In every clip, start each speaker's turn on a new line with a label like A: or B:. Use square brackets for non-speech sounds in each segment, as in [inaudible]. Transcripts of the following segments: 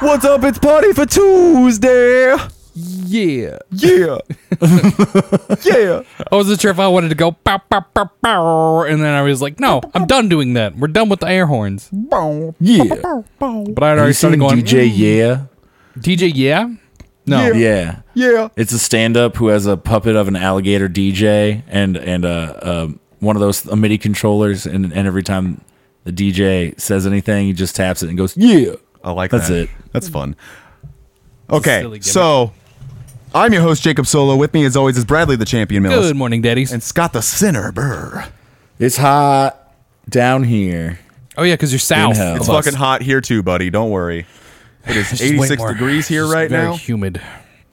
A: What's up? It's party for Tuesday.
B: Yeah.
A: [laughs] Yeah. yeah.
B: I wasn't sure if I wanted to go pow, pow, pow, pow, and then I was like, no, I'm done doing that. We're done with the air horns.
C: Yeah.
B: But I had
C: Have
B: already
C: you seen
B: started going
C: DJ Yeah?
B: DJ, yeah? No.
A: Yeah.
C: Yeah.
A: Yeah.
C: It's a stand-up who has a puppet of an alligator DJ and and uh, um one of those a MIDI controllers, and and every time the DJ says anything, he just taps it and goes yeah.
A: I like
C: That's
A: that.
C: it.
A: That's fun. Okay,
B: silly gimmick.
A: so I'm your host, Jacob Solo. With me, as always, is Bradley the Champion Mills
B: Good morning, daddies.
A: and Scott the Sinner. Brr.
C: It's hot down here.
B: oh, yeah, because you're south.
C: hell.
A: It's
B: It's
A: fucking hot here, too, buddy. Don't worry. It is
B: just way
A: 86
B: more-
A: degrees here
B: it's
A: right
B: very
A: now.
B: humid.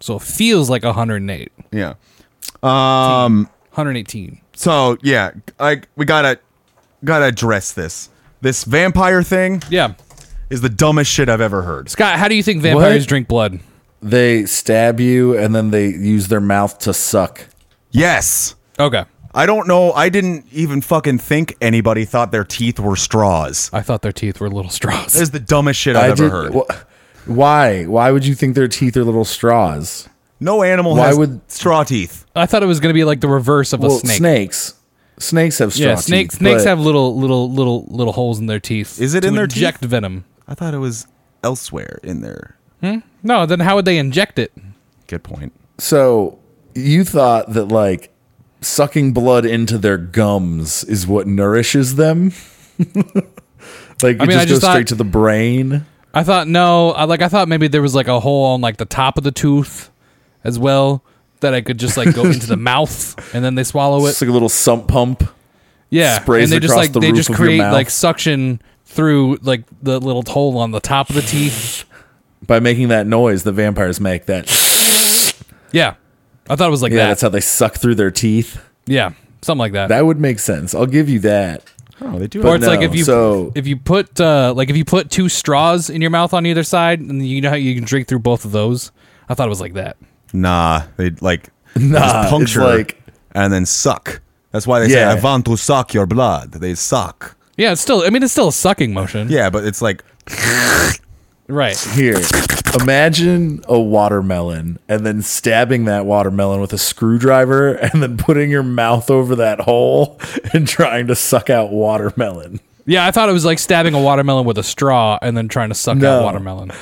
B: So it feels like 108.
A: Yeah.
B: 118.
A: So, yeah, I, we gotta gotta address this. This vampire thing
B: Yeah.
A: is the dumbest shit I've ever heard.
B: Scott, how do you think vampires
C: What?
B: drink blood?
C: They stab you and then they use their mouth to suck.
A: Yes.
B: Okay.
A: I don't know. I didn't even fucking think anybody thought their teeth were straws.
B: I thought their teeth were little straws.
A: That is the dumbest shit I've ever heard.
C: did- wh- why? Why would you think their teeth are little straws?
A: no animal
C: why
A: has
C: would-
A: straw teeth.
B: I thought it was going to be like the reverse of
C: Well,
B: a snake.
C: snakes. Snakes have straw
B: Yeah, snakes.
C: teeth,
B: snakes
C: but-
B: have little, little, little, little holes in their teeth.
A: Is it
B: to
A: in their
B: inject venom?
A: I thought it was elsewhere in there.
B: No, then how would they inject it?
A: Good point.
C: So you thought that like sucking blood into their gums is what nourishes them? [laughs] like
B: mean,
C: it
B: I
C: just
B: just
C: goes
B: thought-
C: straight to the brain.
B: I thought no, I, like I thought maybe there was like a hole on like the top of the tooth as well that I could just like go into
C: [laughs]
B: the mouth and then they swallow
C: It's
B: it.
C: like a little sump pump.
B: Yeah,
C: sprays
B: and they just
C: across
B: like
C: the
B: they
C: roof
B: just
C: of your
B: create
C: mouth.
B: like suction through like the little hole on the top of the teeth.
C: By making that noise, the vampires make that. [sniffs]
B: Yeah, I thought it was like
C: Yeah,
B: that.
C: that's how they suck through their teeth.
B: yeah, something like that.
C: That would make sense. I'll give you that.
A: Oh, they do.
B: or
C: But
B: it's like
C: no,
B: if you
C: so-
B: if you put uh, like if you put two straws in your mouth on either side, and you know how you can drink through both of those. I thought it was like that.
A: nah, they like
C: Nah,
A: just
C: it's
A: puncture
C: like-
A: and then suck. That's why they
C: Yeah.
A: say I want to suck your blood. They suck.
B: Yeah, it's still. I mean, it's still a sucking motion.
A: Yeah, but it's like
B: Right.
C: Here, imagine a watermelon and then stabbing that watermelon with a screwdriver and then putting your mouth over that hole [laughs] and trying to suck out watermelon.
B: Yeah, I thought it was like stabbing a watermelon with a straw and then trying to suck
C: No.
B: out watermelon.
C: [laughs]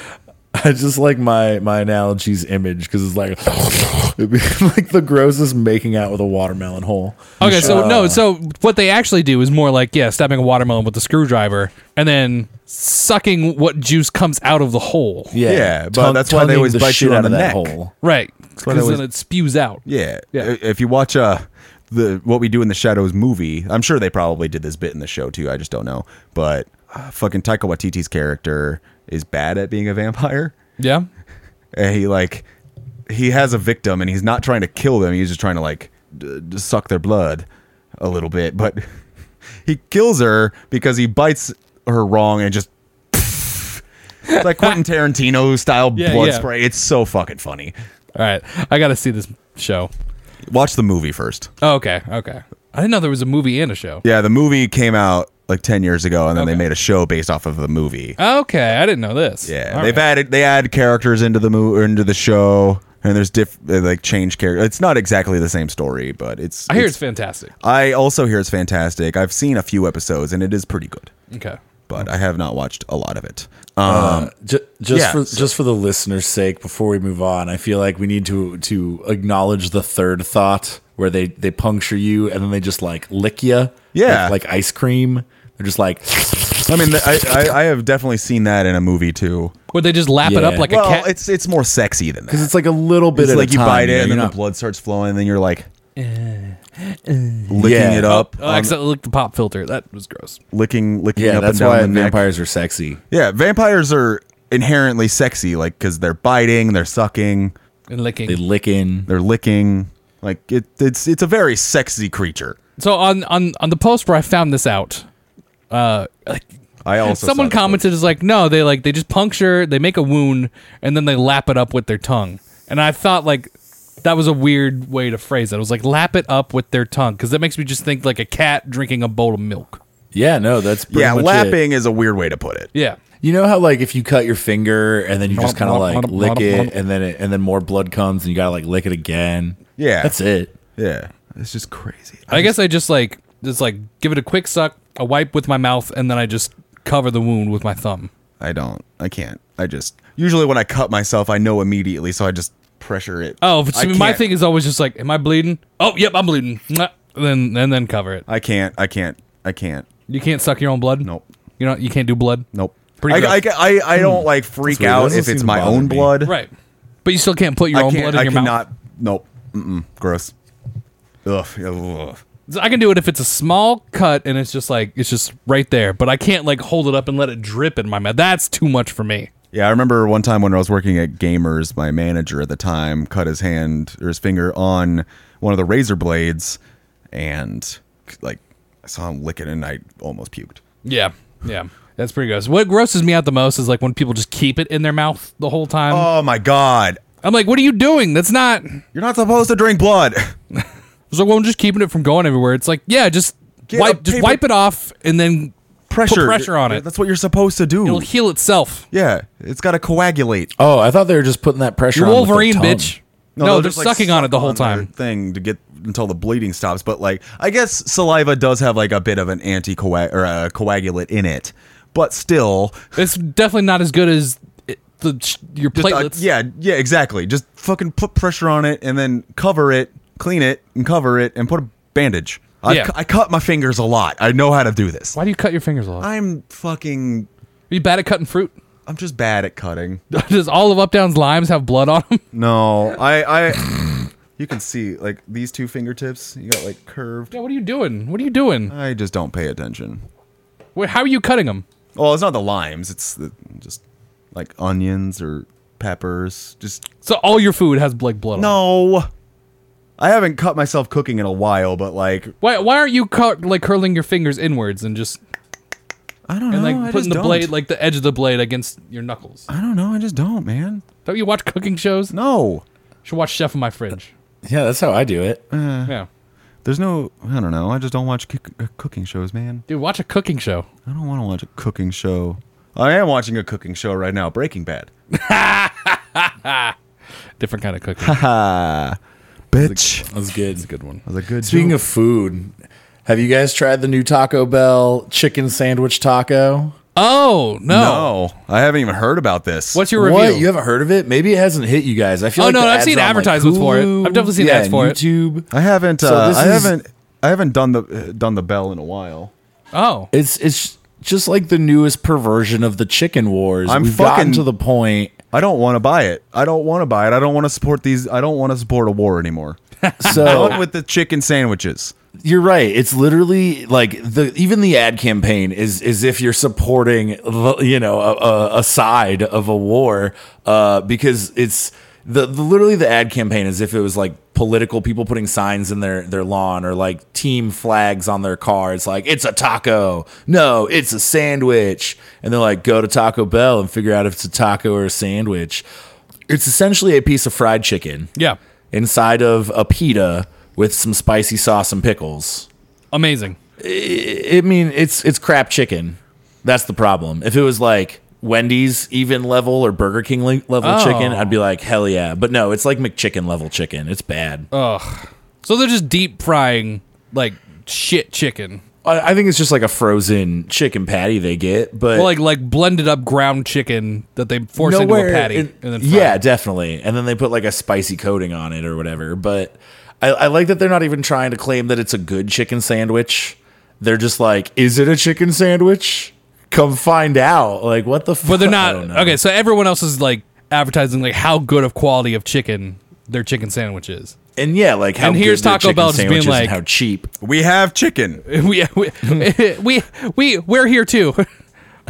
C: I just like my my analogy's image because it's like [laughs] it'd be like the grossest making out with a watermelon hole.
B: Okay, so no, so what they actually do is more like yeah, stabbing a watermelon with a screwdriver and then sucking what juice comes out of the hole.
A: Yeah, but that's why they
C: tonguing
A: always
C: the
A: bite you
C: shit
A: on
C: out of
A: the
C: that
A: neck.
C: hole.
B: Right.
A: what I
B: Because
A: was-
B: then it spews out.
A: yeah.
B: Yeah.
A: I- If you watch uh the what we do in the shadows movie, I'm sure they probably did this bit in the show too. I just don't know. But uh, fucking Taika Waititi's character is bad at being a vampire.
B: Yeah.
A: and he like he has a victim and he's not trying to kill them he's just trying to like d- d- suck their blood a little bit but [laughs] he kills her because he bites her wrong and just [laughs] it's like
B: [laughs]
A: Quentin Tarantino style
B: Yeah,
A: blood
B: yeah.
A: spray it's so fucking funny
B: All right. I got to see this show.
A: watch the movie first
B: Oh, okay. Okay. I didn't know there was a movie and a show.
A: yeah the movie came out like 10 years ago and then they
B: Okay.
A: made a show based off of the movie
B: Okay, I didn't know this.
A: Yeah,
B: All
A: they've
B: right.
A: added they add characters into the mo- into the show, and there's diff they, like change character. It's not exactly the same story, but it's.
B: I hear it's fantastic.
A: I also hear it's fantastic. I've seen a few episodes, and it is pretty good,
B: Okay.
A: but I have not watched a lot of it.
C: Uh, ju- just
A: yeah,
C: for
A: so-
C: just for the listener's sake, before we move on, I feel like we need to to acknowledge the third thought where they they puncture you and then they just like lick you,
A: Yeah.
C: like, like ice cream. They're just like,
A: I mean, th- I, I I have definitely seen that in a movie too.
B: Would they just lap it up
C: Yeah.
B: like a
A: Well,
B: cat?
A: it's it's more sexy than that.
C: because it's like a little bit
A: It's
C: at
A: like
C: a
A: you
C: time,
A: bite it,
C: know,
A: and
C: you're
A: then
C: not- Uh,
A: the blood starts flowing, and then you're like licking
C: Yeah.
A: it up,
B: oh, I accidentally licked the pop filter. That was gross.
A: licking licking
C: Yeah,
A: up
C: that's
A: and down
C: why
A: the neck.
C: vampires are sexy.
A: Yeah, vampires are inherently sexy, like because they're biting, they're sucking.
B: And licking.
C: They lick in.
A: they're licking like it, it's it's a very sexy creature
B: So on on on the post where I found this out, uh, like
A: i also
B: someone
A: saw that.
B: commented is like, no, they like they just puncture, they make a wound, and then they lap it up with their tongue. And I thought like that was a weird way to phrase it. It was like lap it up with their tongue because that makes me just think like a cat drinking a bowl of milk.
C: Yeah, no, that's pretty
A: yeah
C: much it.
A: lapping is a weird way to put it
B: Yeah.
C: You know how like if you cut your finger and then you just kind of like lick it and then it, and then more blood comes and you gotta like lick it again.
A: Yeah.
C: that's it.
A: Yeah, it's just crazy.
B: I guess I just like just like give it a quick suck, a wipe with my mouth, and then I just cover the wound with my thumb.
A: I don't. I can't. I just usually when I cut myself, I know immediately, so I just pressure it.
B: Oh,
A: I
B: so my
A: can't-
B: thing is always just like, am I bleeding? Oh, yep, I'm bleeding. Mwah. Then and then cover it.
A: I can't. I can't. I can't.
B: You can't suck your own blood.
A: Nope.
B: You know you can't do blood.
A: Nope.
B: Pretty
A: I, I, I, I don't like freak
C: weird.
A: out
C: Doesn't
A: if
C: seem
A: it's
C: to
A: my
C: bother
A: own
C: me.
A: blood.
B: Right. But you still can't put your
A: I
B: own
A: can't.
B: blood in
A: I
B: your
A: cannot. Nope. Mm-mm. Gross. Ugh. Ugh.
B: mouth. I can do it if it's a small cut and it's just like it's just right there. But I can't like hold it up and let it drip in my mouth. That's too much for me.
A: Yeah, I remember one time when I was working at Gamers, my manager at the time cut his hand or his finger on one of the razor blades, and like I saw him lick it, and I almost puked.
B: Yeah. Yeah. That's pretty gross. What grosses me out the most is like when people just keep it in their mouth the whole time.
A: Oh my god!
B: I'm like, what are you doing? That's not.
A: You're not supposed to drink blood. [laughs]
B: So well, I'm just keeping it from going everywhere. It's like, yeah, just
A: Get a
B: wipe, just
A: paper-
B: wipe it off, and then
A: pressure,
B: pressure on it.
A: That's what you're supposed to do.
B: it'll heal itself.
A: yeah, it's got to coagulate.
C: Oh, I thought they were just putting that pressure.
B: You're
C: on with their
B: Wolverine,
C: tongue.
B: bitch. No, they're,
A: just, like,
B: sucking on it the
A: suck
B: whole
A: their
B: time.
A: thing to get until the bleeding stops. But like, I guess saliva does have like a bit of an anti coag or a coagulant in it, but still, uh,
B: It's definitely not as good as it, the sh- your
A: Just, uh,
B: platelets.
A: yeah, yeah, exactly. Just fucking put pressure on it and then cover it, clean it, and cover it, and put a bandage. I,
B: Yeah.
A: cu- I cut my fingers a lot. I know how to do this.
B: Why do you cut your fingers off? Are
A: I'm fucking.
B: you bad at cutting fruit? [laughs]
A: I'm just bad at cutting.
B: Does all of Updown's limes have blood on them?
A: No, I, I. You can see like these two fingertips. You got like curved.
B: Yeah, what are you doing? What are you doing?
A: I just don't pay attention.
B: Wait, how are you cutting them?
A: Well, it's not the limes. It's the, just like onions or peppers. Just
B: So all your food has like blood. on it.
A: no. I haven't cut myself cooking in a while, but like
B: Why, why aren't you cu- like curling your fingers inwards and just
A: I don't
B: and
A: know.
B: like
A: I just
B: putting the
A: don't.
B: blade like the edge of the blade against your knuckles?
A: I don't know. I just don't, man.
B: Don't you watch cooking shows?
A: No,
B: Should watch Chef in My Fridge.
C: Yeah, that's how I do it.
A: Uh,
B: yeah.
A: there's no. I don't know. I just don't watch cook- uh, cooking shows, man.
B: Dude, watch a cooking show.
A: I don't want to watch a cooking show. I am watching a cooking show right now, Breaking Bad.
B: Different kind
A: [laughs]
B: of cooking.
A: Ha, bitch.
C: That's good. That's a
B: good one.
A: That was a good.
C: Speaking
A: joke.
C: of food, have you guys tried the new Taco Bell chicken sandwich taco?
B: Oh,
A: no,
B: no.
A: I haven't even heard about this.
B: What's your review?
C: What you haven't heard of it? Maybe it hasn't hit you guys. I feel.
B: Oh,
C: like
B: no,
C: the
B: I've
C: ads
B: seen
C: are on, like,
B: advertisements for it.
C: Hulu.
B: I've definitely seen
C: Yeah,
B: ads
C: and
B: for it.
C: YouTube.
A: I haven't.
C: So
A: uh,
C: this
A: I
C: is-
A: haven't. I haven't done the uh, done the bell in a while.
B: Oh.
C: It's it's just like the newest perversion of the chicken wars.
A: I'm
C: We've
A: fucking-
C: gotten to the point.
A: I don't want to buy it. I don't want to buy it. I don't want to support these. I don't want to support a war anymore.
B: [laughs]
A: Done
C: So
A: with the chicken sandwiches.
C: you're right. It's literally like the even the ad campaign is is if you're supporting the- you know a, a, a side of a war uh, because it's the, the literally the ad campaign is if it was like political people putting signs in their their lawn or like team flags on their cars like it's a taco no it's a sandwich and they're like go to Taco Bell and figure out if it's a taco or a sandwich. It's essentially a piece of fried chicken
B: Yeah.
C: inside of a pita with some spicy sauce and pickles.
B: Amazing.
C: I I mean, it's it's crap chicken. That's the problem. If it was like Wendy's even level or Burger King le- level
B: Oh.
C: chicken, I'd be like, hell yeah. But no, it's like McChicken level chicken. It's bad.
B: Uh, So they're just deep frying like shit chicken.
C: I, I think it's just like a frozen chicken patty they get, but
B: Well, like like blended up ground chicken that they force into a patty
C: in-
B: and then fry.
C: yeah, definitely. And then they put like a spicy coating on it or whatever. But I, I like that they're not even trying to claim that it's a good chicken sandwich. They're just like, is it a chicken sandwich? Come find out. Like what the?
B: But they're not okay. So everyone else is like advertising like how good of quality of chicken their chicken sandwich is. [laughs]
C: And yeah, like how
B: And here's
C: good their
B: Taco
C: chicken
B: Bell just being
C: sandwich is and
B: like-
C: how cheap.
A: We have chicken.
B: we, we [laughs] we we we're here too. [laughs]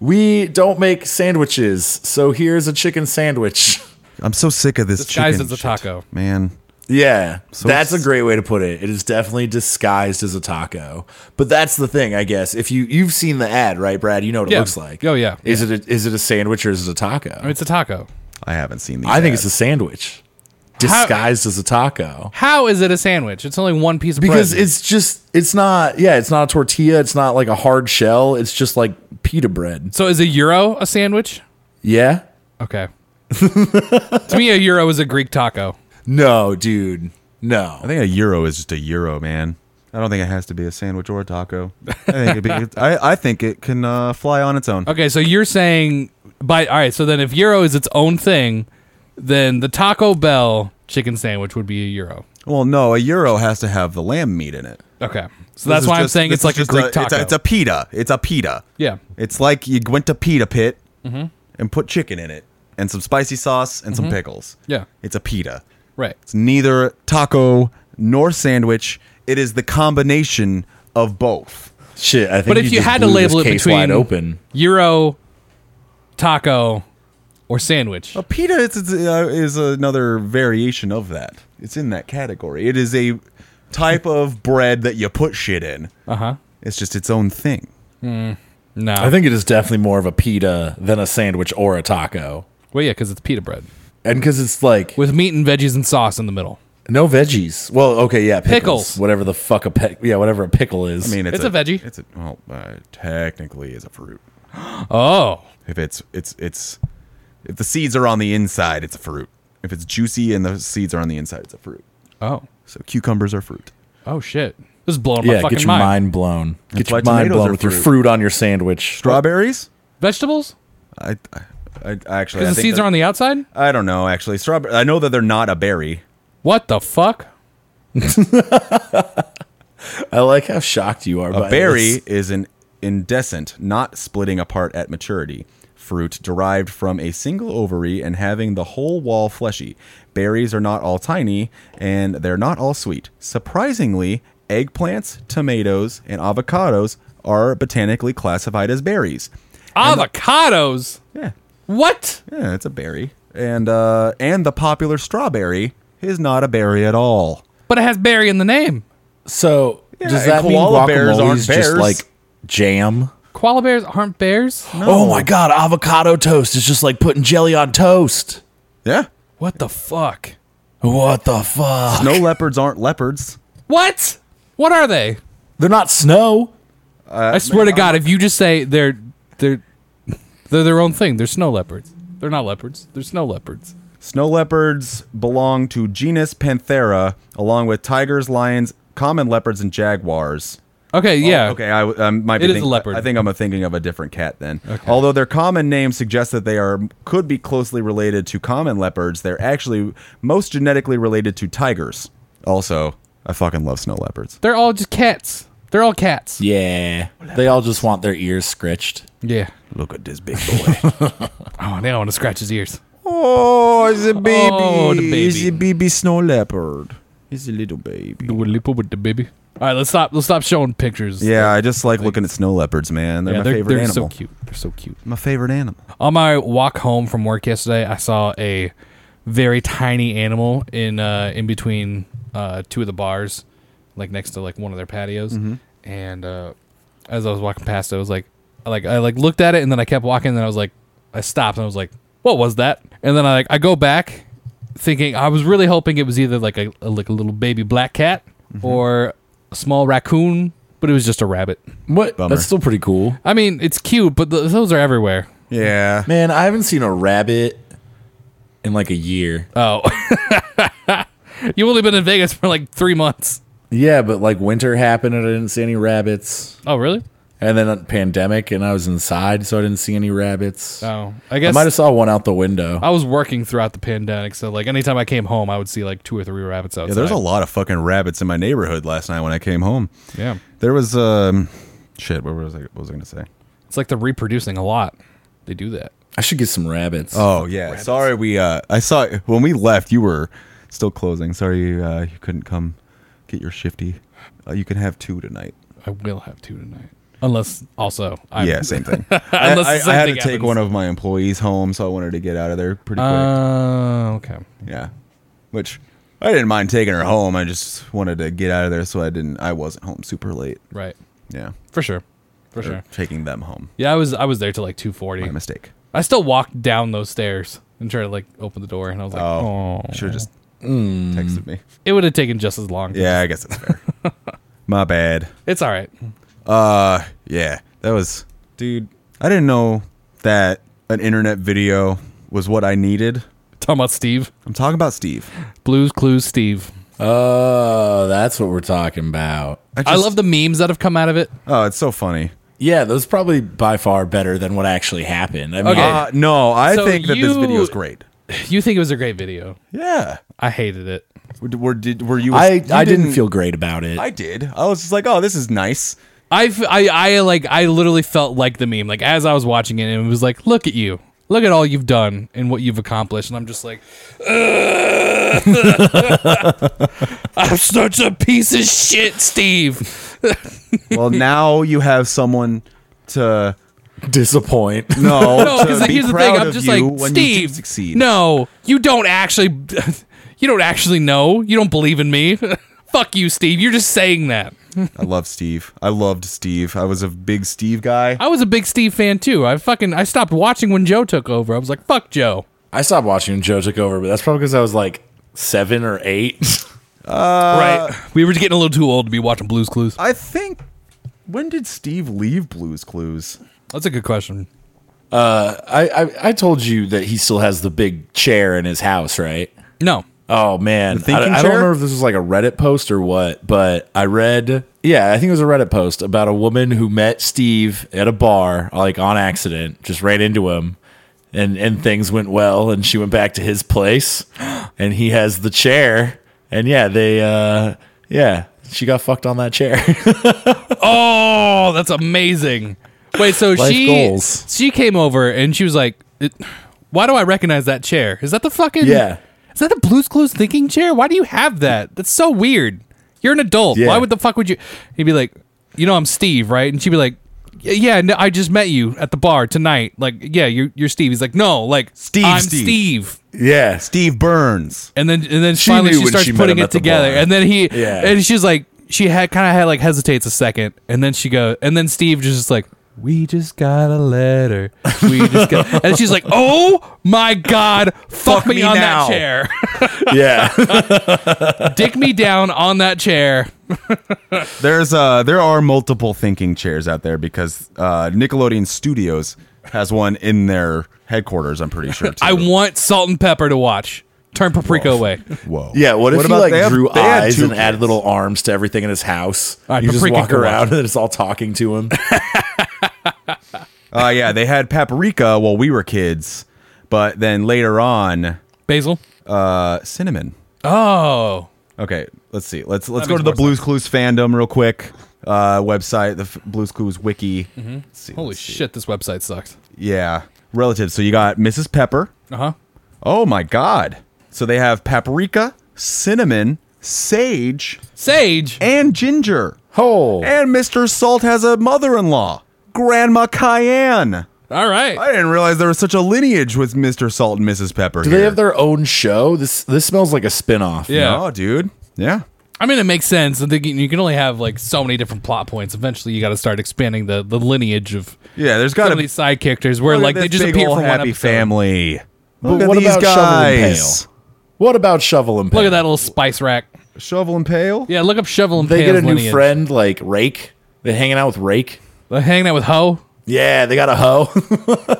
C: We don't make sandwiches, so here's a chicken sandwich. [laughs]
A: I'm so sick of this
B: Disguised
A: chicken
B: as a
A: shit.
B: taco.
A: man.
C: Yeah, that's a
A: it's-
C: great way to put it. It is definitely disguised as a taco, but that's the thing, I guess. If you you've seen the ad, right, Brad? You know what it
B: Yeah.
C: looks like.
B: Oh, yeah.
C: Is it a, is it a sandwich or is it a taco?
B: It's a taco.
A: I haven't seen these.
C: I think
A: ads.
C: it's a sandwich. disguised as a taco.
B: How is it a sandwich? It's only one piece of
C: Because
B: bread.
C: it's just it's not yeah, it's not a tortilla, it's not like a hard shell, it's just like pita bread.
B: so is a euro a sandwich?
C: Yeah?
B: Okay. [laughs] to me, a euro is a Greek taco.
C: No, dude. No.
A: I think a euro is just a euro, man. I don't think it has to be a sandwich or a taco. I think, it'd be, [laughs] I, I think it can uh, fly on its own.
B: Okay, so you're saying by all right. So then, if euro is its own thing, then the Taco Bell chicken sandwich would be a euro.
A: Well, no, a euro has to have the lamb meat in it.
B: Okay, so
A: This
B: that's
A: is
B: why I'm
A: just-
B: saying
A: this
B: it's
A: is
B: like a
A: just
B: Greek
A: it's
B: taco.
A: It's a, pita. It's a pita.
B: yeah.
A: It's like you went to pita pit
B: Mm-hmm.
A: and put chicken in it and some spicy sauce and some pickles.
B: Yeah.
A: It's a pita.
B: Right.
A: It's neither taco nor sandwich. It is the combination of both.
C: Shit, I think
B: But if you
C: just
B: had to
C: blew this
B: label it
C: case
B: between
C: wide open.
B: euro, taco, or sandwich,
A: A pita is, is, uh, is another variation of that. It's in that category. It is a type of bread that you put shit in.
B: uh huh.
A: It's just its own thing.
B: No,
C: I think it is definitely more of a pita than a sandwich or a taco.
B: well, yeah, because it's pita bread
C: And because it's like
B: with meat and veggies and sauce in the middle.
C: no veggies. Well, okay, yeah, pickles.
B: Pickles.
C: Whatever the fuck a pe- yeah, whatever a pickle is.
A: I mean, it's,
B: It's a veggie.
A: It's a well, uh, technically, is a fruit.
B: Oh,
A: If it's it's it's if the seeds are on the inside, it's a fruit. If it's juicy and the seeds are on the inside, it's a fruit.
B: oh,
A: So cucumbers are fruit.
B: oh, shit! This is blowing my
C: yeah,
B: fucking
C: get your mind,
B: mind.
C: blown. Get
A: why
C: your mind
A: tomatoes
C: blown
A: are
C: with your
A: fruit.
C: fruit on your sandwich.
A: Strawberries?
B: Vegetables?
A: I, I, I actually I
B: Because the
A: think
B: seeds
A: that-
B: are on the outside.
A: I don't know actually. Strawberry. I know that they're not a berry.
B: What the fuck?
C: I like how shocked you are.
A: A berry is an indescent, not splitting apart at maturity, fruit derived from a single ovary and having the whole wall fleshy. Berries are not all tiny, and they're not all sweet. Surprisingly, eggplants, tomatoes, and avocados are botanically classified as berries.
B: Avocados.
A: Yeah,
B: What?
A: yeah, it's a berry. And uh, and the popular strawberry is not a berry at all.
B: But it has berry in the name.
C: So does
A: and
C: that mean
A: koala bears
C: guacamole
A: aren't
C: is just
A: bears.
C: like jam?
B: Koala bears aren't bears. [gasps]
C: Oh my god, avocado toast is just like putting jelly on toast.
A: Yeah,
B: What the fuck?
C: What the fuck?
A: no leopards aren't leopards.
B: What? What are they?
C: They're not snow.
A: Uh,
B: I swear to God, if you just say they're they're they're their own thing, they're snow leopards. They're not leopards. They're snow leopards.
A: Snow leopards belong to genus Panthera, along with tigers, lions, common leopards, and jaguars.
B: Okay, yeah.
A: Oh, Okay, I um, might be
B: It is
A: think-
B: a leopard.
A: I think I'm thinking of a different cat then. Although their common name suggests that they are could be closely related to common leopards, they're actually most genetically related to tigers. Also, I fucking love snow leopards.
B: They're all just cats. They're all cats.
C: Yeah, they all just want their ears scratched.
B: Yeah.
A: Look at this [laughs] big boy.
B: Oh, now I want to scratch his ears.
A: oh, it's a baby.
B: Oh, the baby.
A: It's a baby snow leopard. It's a little baby.
B: Do a lipo with the baby. All right, let's stop. Let's stop showing pictures.
A: Yeah, I just like looking at snow leopards, man. They're
B: Yeah,
A: my
B: they're,
A: favorite
B: they're
A: animal.
B: so cute. They're so cute.
A: My favorite animal.
B: On my walk home from work yesterday, I saw a very tiny animal in uh, in between uh, two of the bars, like next to like one of their patios. And uh, as I was walking past, I was like, I, like I like looked at it, and then I kept walking, and then I was like, I stopped, and I was like, what was that? And then I like I go back, thinking I was really hoping it was either like a, a like a little baby black cat or a small raccoon, but it was just a rabbit.
C: What?
A: Bummer.
C: That's still pretty cool.
B: I mean, it's cute, but th- those are everywhere.
A: Yeah.
C: Man, I haven't seen a rabbit in like a year.
B: Oh. [laughs] You've only been in Vegas for like three months.
C: yeah, but like winter happened and I didn't see any rabbits.
B: Oh, really?
C: And then a pandemic and I was inside, so I didn't see any rabbits.
B: Oh, I
C: I
B: guess
C: might
B: I,
C: have saw one out the window.
B: was working throughout the pandemic, so like anytime I came home, I would see like two or three rabbits outside.
A: Yeah, there's a lot of fucking rabbits in my neighborhood last night when I came home.
B: Yeah,
A: There was um shit, what was I what was I gonna say?
B: it's like they're reproducing a lot. They do that.
C: I should get some rabbits.
A: Oh yeah. Sorry we uh I saw when we left you were still closing. Sorry you uh you couldn't come get your shifty. Uh, you can have two tonight.
B: I will have two tonight, unless also I
A: yeah, same [laughs] thing. I,
B: Unless
A: I-
B: something
A: I had to take
B: happens.
A: one of my employees home, so I wanted to get out of there pretty quick.
B: Uh, okay.
A: yeah. Which I didn't mind taking her home. I just wanted to get out of there so I didn't I wasn't home super late.
B: Right.
A: Yeah.
B: For sure. For
A: Or
B: sure.
A: Taking them home.
B: Yeah, I was I was there till like two forty.
A: My mistake.
B: I still walked down those stairs and tried to like open the door, and I was like, oh,
A: Should have just texted me.
B: It would have taken just as long.
A: Yeah, I guess it's fair. [laughs] My bad.
B: It's all right.
A: Uh, yeah, that was, dude. I didn't know that an internet video was what I needed.
B: Talking about Steve.
A: I'm talking about Steve.
B: Blues Clues Steve.
C: Oh, that's what we're talking about.
B: I
A: just-
B: love the memes that have come out of it.
A: Oh, it's so funny.
C: Yeah, those probably by far better than what actually happened. I mean,
B: Okay.
A: Uh, no, I
B: So
A: think that this video
B: you-
A: is great.
B: You think it was a great video.
A: Yeah.
B: I hated it.
A: Were, were- did, were you?
C: I, I
A: you
C: didn't, feel great about it.
A: I did. I was just like, oh, this is nice.
B: I, f- I, I, like I literally felt like the meme. Like as I was watching it, and it was like, look at you, look at all you've done and what you've accomplished. And I'm just like, [laughs] I'm such a piece of shit,
A: [laughs]
B: Steve.
A: Well, now you have someone to
C: Disappoint. [laughs]
A: no.
B: [laughs] No,
A: to
B: because
A: be
B: here's the
A: proud
B: thing. I'm
A: of
B: just
A: you
B: like
A: when you
B: Steve.
A: do succeed.
B: No, you don't actually. [laughs] You don't actually know. You don't believe in me. [laughs] Fuck you, Steve. You're just saying that.
A: I love Steve. I loved Steve. I was a big Steve guy.
B: I was a big Steve fan too. I fucking I stopped watching when Joe took over. I was like, fuck Joe.
C: I stopped watching when Joe took over, but that's probably because I was like seven or eight. [laughs]
A: Uh,
B: right. We were getting a little too old to be watching Blues Clues.
A: I think. When did Steve leave Blue's Clues?
B: That's a good question.
C: I, I I told you that he still has the big chair in his house, right?
B: No.
C: Oh man,
A: The thinking
C: I, I don't
A: chair?
C: remember if this was like a Reddit post or what, but I read. Yeah, I think it was a Reddit post about a woman who met Steve at a bar, like on accident, just ran into him, and and things went well, and she went back to
A: [gasps]
C: his place, and he has the chair, and yeah, they, uh yeah, she got fucked on that chair. [laughs]
B: Oh, that's amazing. Wait, so
C: Life
B: she
C: goals.
B: she came over and she was like, it, "Why do I recognize that chair? Is that the fucking
C: Yeah.
B: Is that the Blues Clues thinking chair? Why do you have that? That's so weird. You're an adult.
C: Yeah.
B: Why would the fuck would you?" He'd be like, "You know, I'm Steve, right?" And she'd be like. "Y- Yeah, no, I just met you at the bar tonight. Like, yeah, you're you're Steve. He's like, no, like
A: Steve,
B: I'm
A: Steve.
B: Steve.
C: yeah,
A: Steve Burns.
B: and then and then finally
C: knew
B: she
C: when
B: starts
C: she met
B: putting
C: him
B: it
C: at the
B: together
C: bar.
B: and then he
C: Yeah.
B: and she's like she had kind of had like hesitates a second and then she goes and then steve just is like we just got a letter we just got [laughs] and she's like oh my god fuck, me,
A: me
B: on
A: now."
B: that
C: [laughs]
B: chair
C: yeah.
B: dick me down on that chair
A: There's uh there are multiple thinking chairs out there because uh Nickelodeon Studios has one in their headquarters, I'm pretty sure. Too.
B: i want salt and pepper to watch turn paprika away
A: Whoa.
C: Yeah, what, if he
A: about-
C: like
A: they have-
C: drew
A: they had
C: eyes
A: two
C: and added
A: kids.
C: little arms to everything in his house?
B: All right,
C: you just
B: Paprika
C: walk
B: can watch
C: around and it's all talking
B: [laughs]
C: to him.
A: Uh yeah, they had paprika while we were kids, but then later on,
B: basil
A: uh cinnamon.
B: oh
A: Okay, let's see. Let's let's
B: That
A: go
B: makes
A: to the
B: more
A: Blues Clues fandom real quick. Uh website, the F- Blues Clues wiki. Let's see,
B: Mm-hmm. holy
A: let's see.
B: shit this website sucks
A: Yeah. Relatives. So you got Mrs. Pepper.
B: uh-huh
A: Oh my god. So they have paprika, cinnamon, sage,
B: sage
A: and ginger.
C: oh,
A: And Mr. Salt has a mother in law, Grandma Cayenne.
B: all right
A: I didn't realize there was such a lineage with Mr. Salt and Mrs. Pepper.
C: do they have their own show? This this smells like a spinoff.
B: Yeah.
A: No, dude. Yeah.
B: I mean, it makes sense. I think you can only have like so many different plot points. Eventually, you got to start expanding the, the lineage of
A: Yeah, there's
B: so
A: got to
B: many
A: be
B: side characters where like they just appear for one
A: happy
B: episode.
A: family. Look
C: But
A: at
C: what
A: these
C: about Shovel and
A: guys.
C: What about Shovel and Pail?
B: Look at that little spice rack.
A: Shovel and Pail?
B: Yeah, look up Shovel and
C: They
B: Pail's
C: get a new
B: lineage.
C: friend like Rake. They hanging out with Rake.
B: They're hanging out with Ho.
C: Yeah, they got a hoe. [laughs]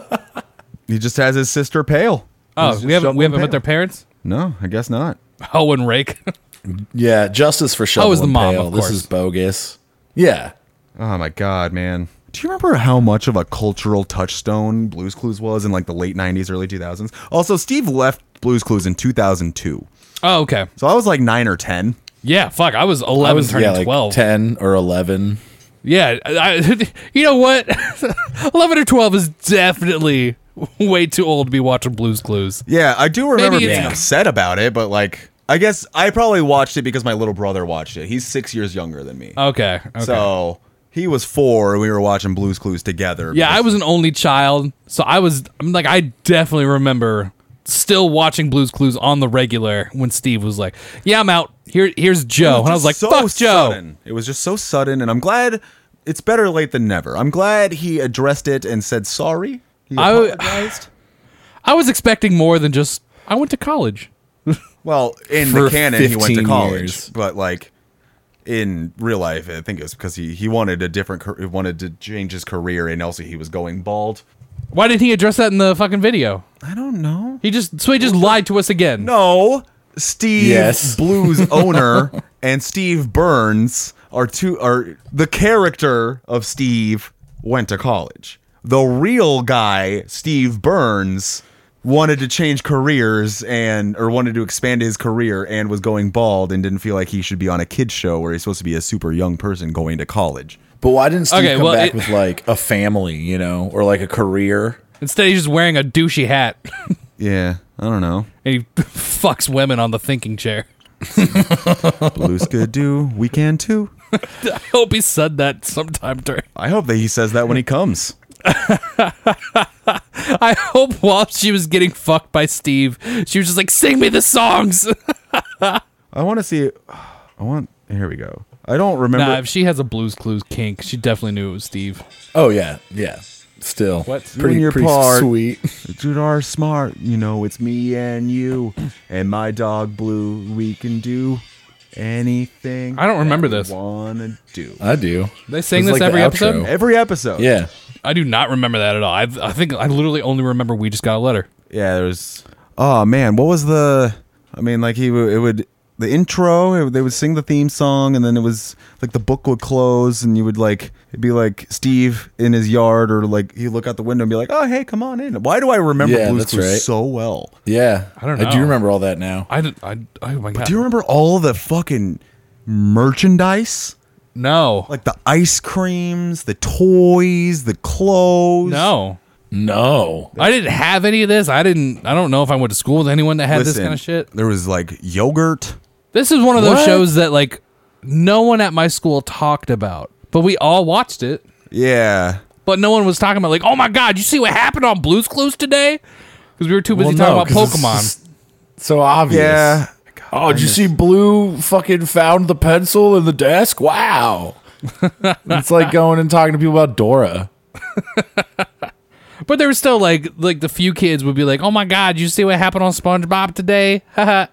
A: He just has his sister Pale. He's
B: Oh,
A: just
B: we haven't
A: Shovel
B: we
A: and
B: haven't met
A: Pail.
B: their parents.
A: No, I guess not.
B: Ho and Rake. [laughs]
C: yeah, justice for Shovel
B: is the
C: and
B: mom,
C: Pail.
B: of
C: This
B: course.
C: is bogus. Yeah.
A: Oh my god, man. Do you remember how much of a cultural touchstone Blues Clues was in like the late 90s, early 2000s? Also, Steve left Blues Clues in 2002.
B: oh, okay.
A: So I was like 9 or 10.
B: Yeah, fuck. I was eleven,
C: I was
B: turning
C: yeah, like
B: twelve.
C: 10 or 11.
B: Yeah, I, [laughs] you know what? eleven or twelve is definitely [laughs] way too old to be watching Blues Clues.
A: Yeah, I do remember
B: Maybe it's-
A: being
B: Yeah.
A: upset about it, but like I guess I probably watched it because my little brother watched it. He's 6 years younger than me.
B: Okay. Oh, okay.
A: So he was 4 and we were watching Blues Clues together.
B: Yeah, I
A: because-
B: was an only child, so I was I'm like I definitely remember still watching Blues Clues on the regular when Steve was like, "Yeah, I'm out. Here, here's Joe," and I was like,
A: so
B: "Fuck Joe."
A: Sudden. It was just so sudden, and I'm glad it's better late than never. I'm glad he addressed it and said sorry. He
B: I-
A: apologized.
B: I was expecting more than just I went to college.
A: Well, in
C: For
A: the canon, he went to
C: 15
A: college,
C: years.
A: but like in real life, I think it was because he, he wanted a different car- wanted to change his career, and also he was going bald.
B: Why didn't he address that in the fucking video?
A: I don't know.
B: He just so he just lied to us again.
A: No, Steve
C: Yes.
A: Blues owner and Steve Burns are two are the character of Steve went to college. The real guy, Steve Burns, wanted to change careers and or wanted to expand his career and was going bald and didn't feel like he should be on a kids show where he's supposed to be a super young person going to college.
C: But why didn't Steve
B: Okay,
C: come
B: well,
C: back
B: it-
C: with like a family, you know, or like a career?
B: Instead, he's just wearing a douchey hat
A: Yeah, I don't know.
B: and he [laughs] fucks women on the thinking chair. [laughs]
A: Blues could do, we can too.
B: I hope he said that sometime during.
A: I hope that he says that when he comes.
B: I hope while she was getting fucked by Steve, she was just like, "Sing me the songs." [laughs]
A: I want to see. I want. Here we go. I don't remember.
B: nah, if she has a Blues Clues kink, she definitely knew it was Steve.
C: Oh yeah, yeah. Still,
B: What? You
C: Pretty,
A: and your
C: pretty
A: part.
C: sweet.
A: Dude are smart. You know, it's me and you and my dog Blue. We can do anything.
B: I don't remember this.
A: Want to do
B: [laughs]
C: I do.
B: They sing
C: It's
B: this
C: like the
B: every
C: outro.
B: episode.
A: every episode.
C: Uh, Yeah.
B: I do not remember that at all. I, I think I literally only remember we just got a letter.
A: yeah. There's. Oh man, what was the? I mean, like he would. It would the intro. It, would- they would sing the theme song, and then it was like the book would close, and you would like it'd be like Steve in his yard, or like you look out the window and be like, "Oh hey, come on in." Why do I remember
C: Yeah,
A: Blue's
C: that's
A: Clues
C: right.
A: so well?
C: Yeah.
B: I don't
C: I do
B: know.
C: remember all that now.
B: I, did, I oh my god.
A: Do you remember all the fucking merchandise?
B: no,
A: Like the ice creams, the toys, the clothes.
B: no.
C: No.
B: I didn't have any of this. I didn't. I don't know if I went to school with anyone that had
A: Listen,
B: this kind of shit.
A: There was like yogurt.
B: This is one of those
C: What?
B: shows that like no one at my school talked about, but we all watched it.
A: Yeah.
B: But no one was talking about like, oh my god, you see what happened on Blue's Clues today? Because we were too busy talking about
C: 'cause it's
B: Pokemon.
C: just So obvious.
A: Yeah.
C: Oh, did you see Blue fucking found the pencil in the
B: [laughs]
C: desk? Wow. it's like going and talking to people about Dora.
B: But there was still like like the few kids would be like, oh my god, you see what happened on SpongeBob today? [laughs] Haha.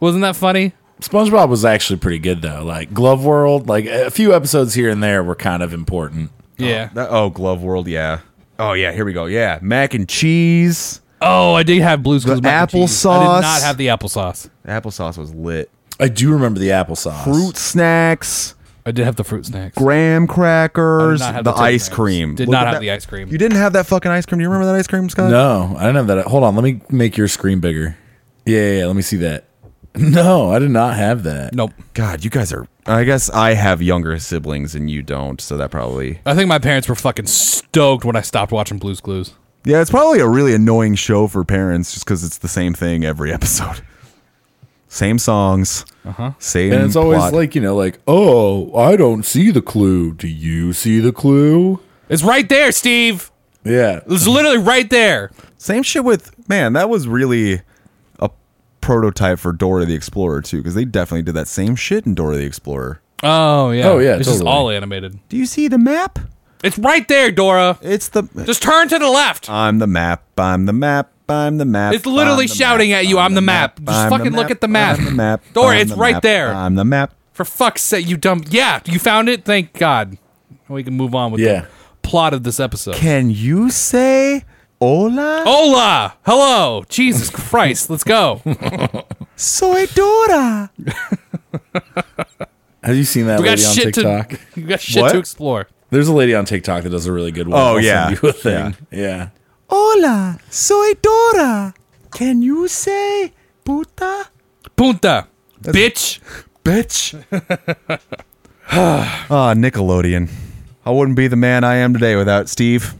B: Wasn't that funny?
A: Oh,
C: SpongeBob was actually pretty good though. Like Glove World, like a few episodes here and there were kind of important.
B: Yeah.
A: That, oh, Glove World. Yeah. Oh, yeah. Here we go. Yeah. Mac and cheese.
B: Oh, I did have Blue's Clues.
A: The
B: mac and cheese. I
A: applesauce.
B: did not have the applesauce.
A: Applesauce was lit.
C: I do remember the applesauce.
A: Fruit snacks,
B: I did have the fruit snacks.
A: graham crackers,
B: I did not
A: the,
B: have fruit
A: ice
B: snacks.
A: cream.
B: Did
A: Look
B: not
A: at
B: have
A: that-
B: the ice cream.
A: You didn't have that fucking ice cream. Do you remember that ice cream,
B: [laughs]
A: Scott?
C: No, I didn't have that. Hold on, let me make your screen bigger. Yeah, yeah, yeah, let me see that. [laughs] No, I did not have that.
B: nope.
A: God, you guys are. I guess I have younger siblings and you don't, so that probably.
B: I think my parents were fucking stoked when I stopped watching Blue's Clues.
A: Yeah, it's probably a really annoying show for parents just because it's the same thing every [laughs] episode. Same songs, uh-huh. same.
C: And it's always
A: plot.
C: like, you know, like, oh, I don't see the clue. Do you see the clue?
B: It's right there, Steve.
C: Yeah.
B: It was literally right there.
A: same shit with man. That was really a prototype for Dora the Explorer too, because they definitely did that same shit in Dora the Explorer.
B: Oh yeah.
C: Oh, yeah,
B: It's just
C: totally.
B: all animated.
A: Do you see the map?
B: It's right there, Dora.
A: It's the.
B: Just turn to the left.
A: I'm the map. I'm the map. I'm the map.
B: It's literally
A: I'm the
B: shouting
A: map,
B: at you, "I'm the map." Just
A: I'm the
B: fucking look
A: map,
B: at the map.
A: I'm the map.
B: Dora,
A: I'm
B: it's
A: the
B: right
A: map,
B: there.
A: I'm the map.
B: For fuck's sake, you dumb. Yeah, you found it. Thank God. We can move on with
C: Yeah.
B: the plot of this episode.
A: Can you say hola?
B: Oh. Hola, hello, Jesus Christ, let's
C: [laughs]
B: go.
A: Soy Dora.
C: Have you seen that
B: We got
C: lady on
B: shit
C: TikTok?
B: [laughs] to you got shit
A: What?
B: to explore.
C: There's a lady on TikTok that does a really good one.
A: Oh,
C: I'll send
A: yeah.
C: you a thing. Yeah.
A: Hola, soy Dora. Can you say puta?
B: Punta, bitch.
A: [laughs] Bitch. Ah, Nickelodeon. I wouldn't be the man I am today without Steve.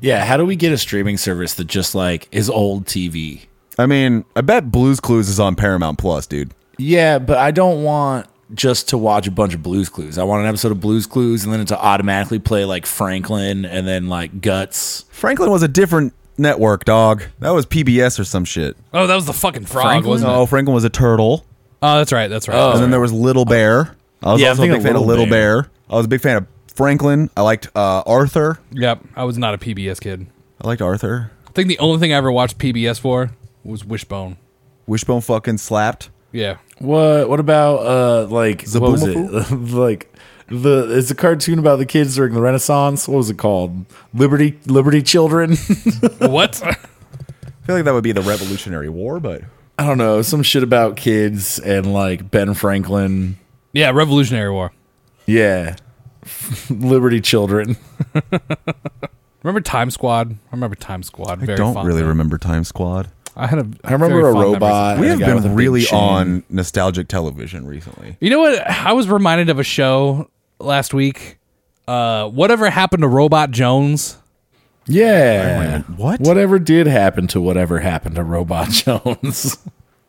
C: Yeah. How do we get a streaming service that just like is old TV?
A: I mean, I bet Blues Clues is on Paramount Plus, dude.
C: Yeah, but I don't want just to watch a bunch of Blues Clues. I want an episode of Blues Clues and then to automatically play like Franklin and then like Guts.
A: Franklin was a different network, dog. That was PBS or some shit.
B: Oh, that was the fucking frog,
C: Franklin?
B: wasn't it?
A: No, Franklin was a turtle.
B: Oh, that's right, that's right.
C: Oh.
A: And then there was Little Bear. I was
C: Yeah, I'm
A: also a big
C: thinking
A: fan of
C: Little
A: Little Bear. I was a big fan of Franklin. I liked uh, Arthur.
B: Yep, I was not a PBS kid.
A: I liked Arthur.
B: I think the only thing I ever watched PBS for was Wishbone.
A: Wishbone fucking slapped. [laughs]
B: Yeah.
C: What what about uh like what was it? [laughs] like the it's a cartoon about the kids during the Renaissance. What was it called? Liberty Liberty Children. [laughs]
B: what?
A: I feel like that would be the Revolutionary War, but
C: I don't know, some shit about kids and like Ben Franklin.
B: Yeah, Revolutionary War.
C: Yeah. [laughs] Liberty Children.
B: Remember Time Squad? I remember Time Squad. Very
A: I don't
B: fondly.
A: really remember Time Squad.
B: I had a.
C: I remember
B: very
C: a
B: fond memories.
C: robot.
A: We
C: and a
A: have
C: guy with a
A: been
C: big
A: really
C: chin.
A: on nostalgic television recently.
B: You know what? I was reminded of a show last week. Uh, whatever happened to Robot Jones?
C: Yeah.
A: what?
C: Whatever did happen to whatever happened to Robot [laughs] Jones.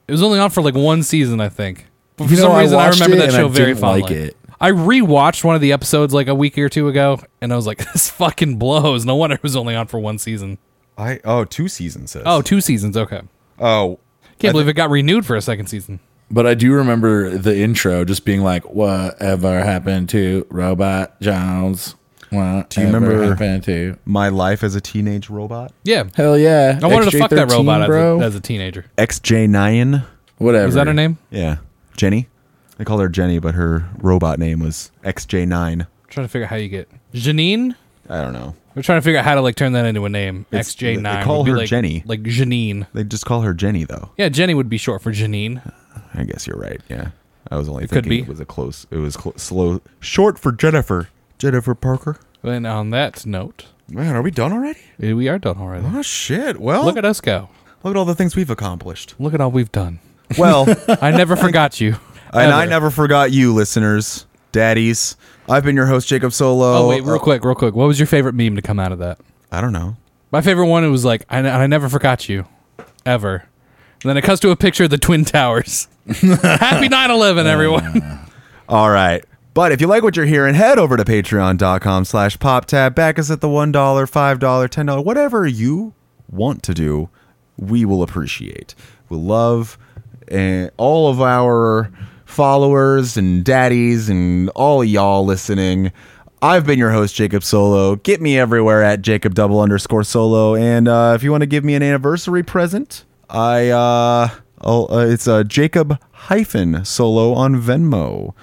B: It was only on for like one season, I think. But for
C: You know,
B: some
C: I
B: reason, I,
C: watched
B: remember
C: it
B: that
C: and I
B: show very
C: didn't
B: fondly.
C: like it.
B: I rewatched one of the episodes like a week or two ago, and I was like, [laughs] "This fucking blows." No wonder it was only on for one season.
A: I oh two seasons. Says.
B: Oh, two seasons. Okay.
A: oh,
B: Can't believe it got renewed for a second season.
C: But I do remember the intro just being like, "Whatever happened to Robot Jones? What do
A: you remember-
C: happened to?
A: my life as a teenage robot.
B: Yeah.
C: Hell yeah!
B: I wanted to fuck that
C: XJ13,
B: robot as a,
C: bro.
B: as a teenager.
A: XJ9.
C: Whatever.
B: Is that her name?
A: Yeah, Jenny. They called her Jenny, but her robot name was XJ9.
B: I'm trying to figure out how you get Janine.
A: I don't know.
B: We're trying to figure out how to like turn that into a name.
A: It's-
B: XJ9.
A: they call
B: would be
A: her
B: like,
A: Jenny.
B: Like Janine.
A: They just call her Jenny though.
B: Yeah, Jenny would be short for Janine.
A: I guess you're right. Yeah, I was only
B: could
A: thinking
B: be.
A: it was a close. It was cl- slow, short for Jennifer. Jennifer Parker.
B: And on that note,
A: Man, are we done already?
B: eh, we are done already.
A: Oh shit! Well,
B: Look at us go.
A: look at all the things we've accomplished.
B: Look at all we've done. [laughs]
A: Well,
B: I never forgot you.
A: [laughs] and I
B: Ever.
A: never forgot you, listeners, daddies. I've been your host, Jacob Solo.
B: Oh, wait, real
A: Uh,
B: quick, real quick. What was your favorite meme to come out of that?
A: I don't know.
B: My favorite one it was like, I, I never forgot you, ever. And then it cuts to a picture of the Twin Towers. [laughs] Happy 9 11, everyone.
A: All right. But if you like what you're hearing, head over to patreon.com slash pop tab. Back us at the $1, $5, $10, whatever you want to do, we will appreciate. We love uh, all of our followers and daddies and all y'all listening. I've been your host, Jacob Solo. Get me everywhere at Jacob double underscore solo. And uh, if you want to give me an anniversary present, I uh, oh, uh it's uh, Jacob hyphen solo on Venmo.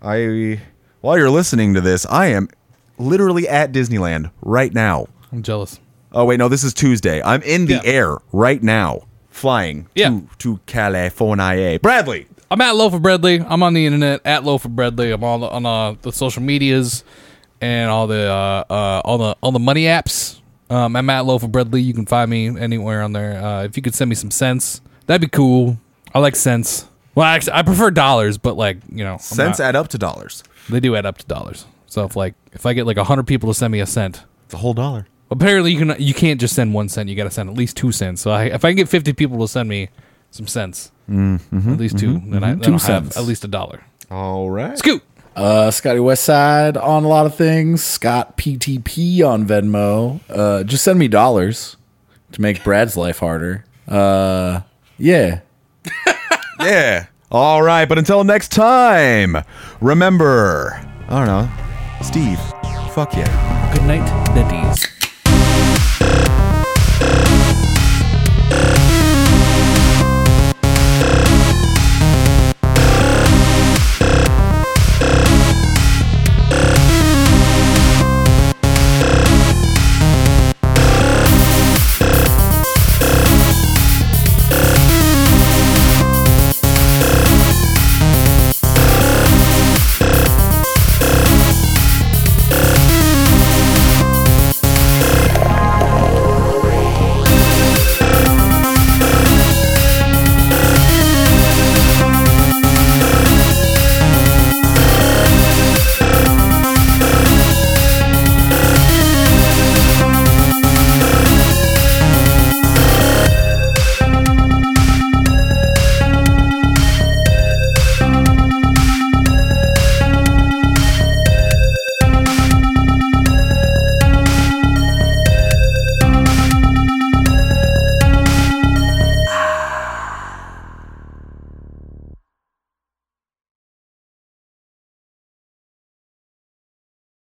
A: I while you're listening to this, I am literally at Disneyland right now.
B: [laughs] I'm jealous.
A: Oh wait, no, this is Tuesday. I'm in the
B: Yeah.
A: air right now, flying
B: Yeah.
A: to to California. Bradley,
B: I'm at Loaf of Bradley. I'm on the internet at Loaf of Bradley. I'm all the, on uh, the social medias and all the uh, uh, all the all the money apps. Um, I'm at Loaf of Bradley. You can find me anywhere on there. Uh, if you could send me some cents, that'd be cool. I like cents. Well, actually, I prefer dollars, but like you know, I'm
A: cents
B: not-
A: add up to dollars.
B: they do add up to dollars. So if like if I get like hundred people to send me a cent,
A: It's a whole dollar.
B: apparently you can you can't just send one cent. You got to send at least two cents. So I, if I can get fifty people to send me some cents, at least 2 then I then
C: Mm-hmm. Two
B: I'll
C: cents.
B: have at least a dollar.
A: All right.
B: Scoot.
C: Uh, Scotty Westside on a lot of things. Scott PTP on Venmo. Uh, just send me dollars to make Brad's life harder. Uh, yeah.
A: [laughs] Yeah. All right, but until next time, remember, I don't know, Steve, fuck yeah.
B: Good night, Daddies.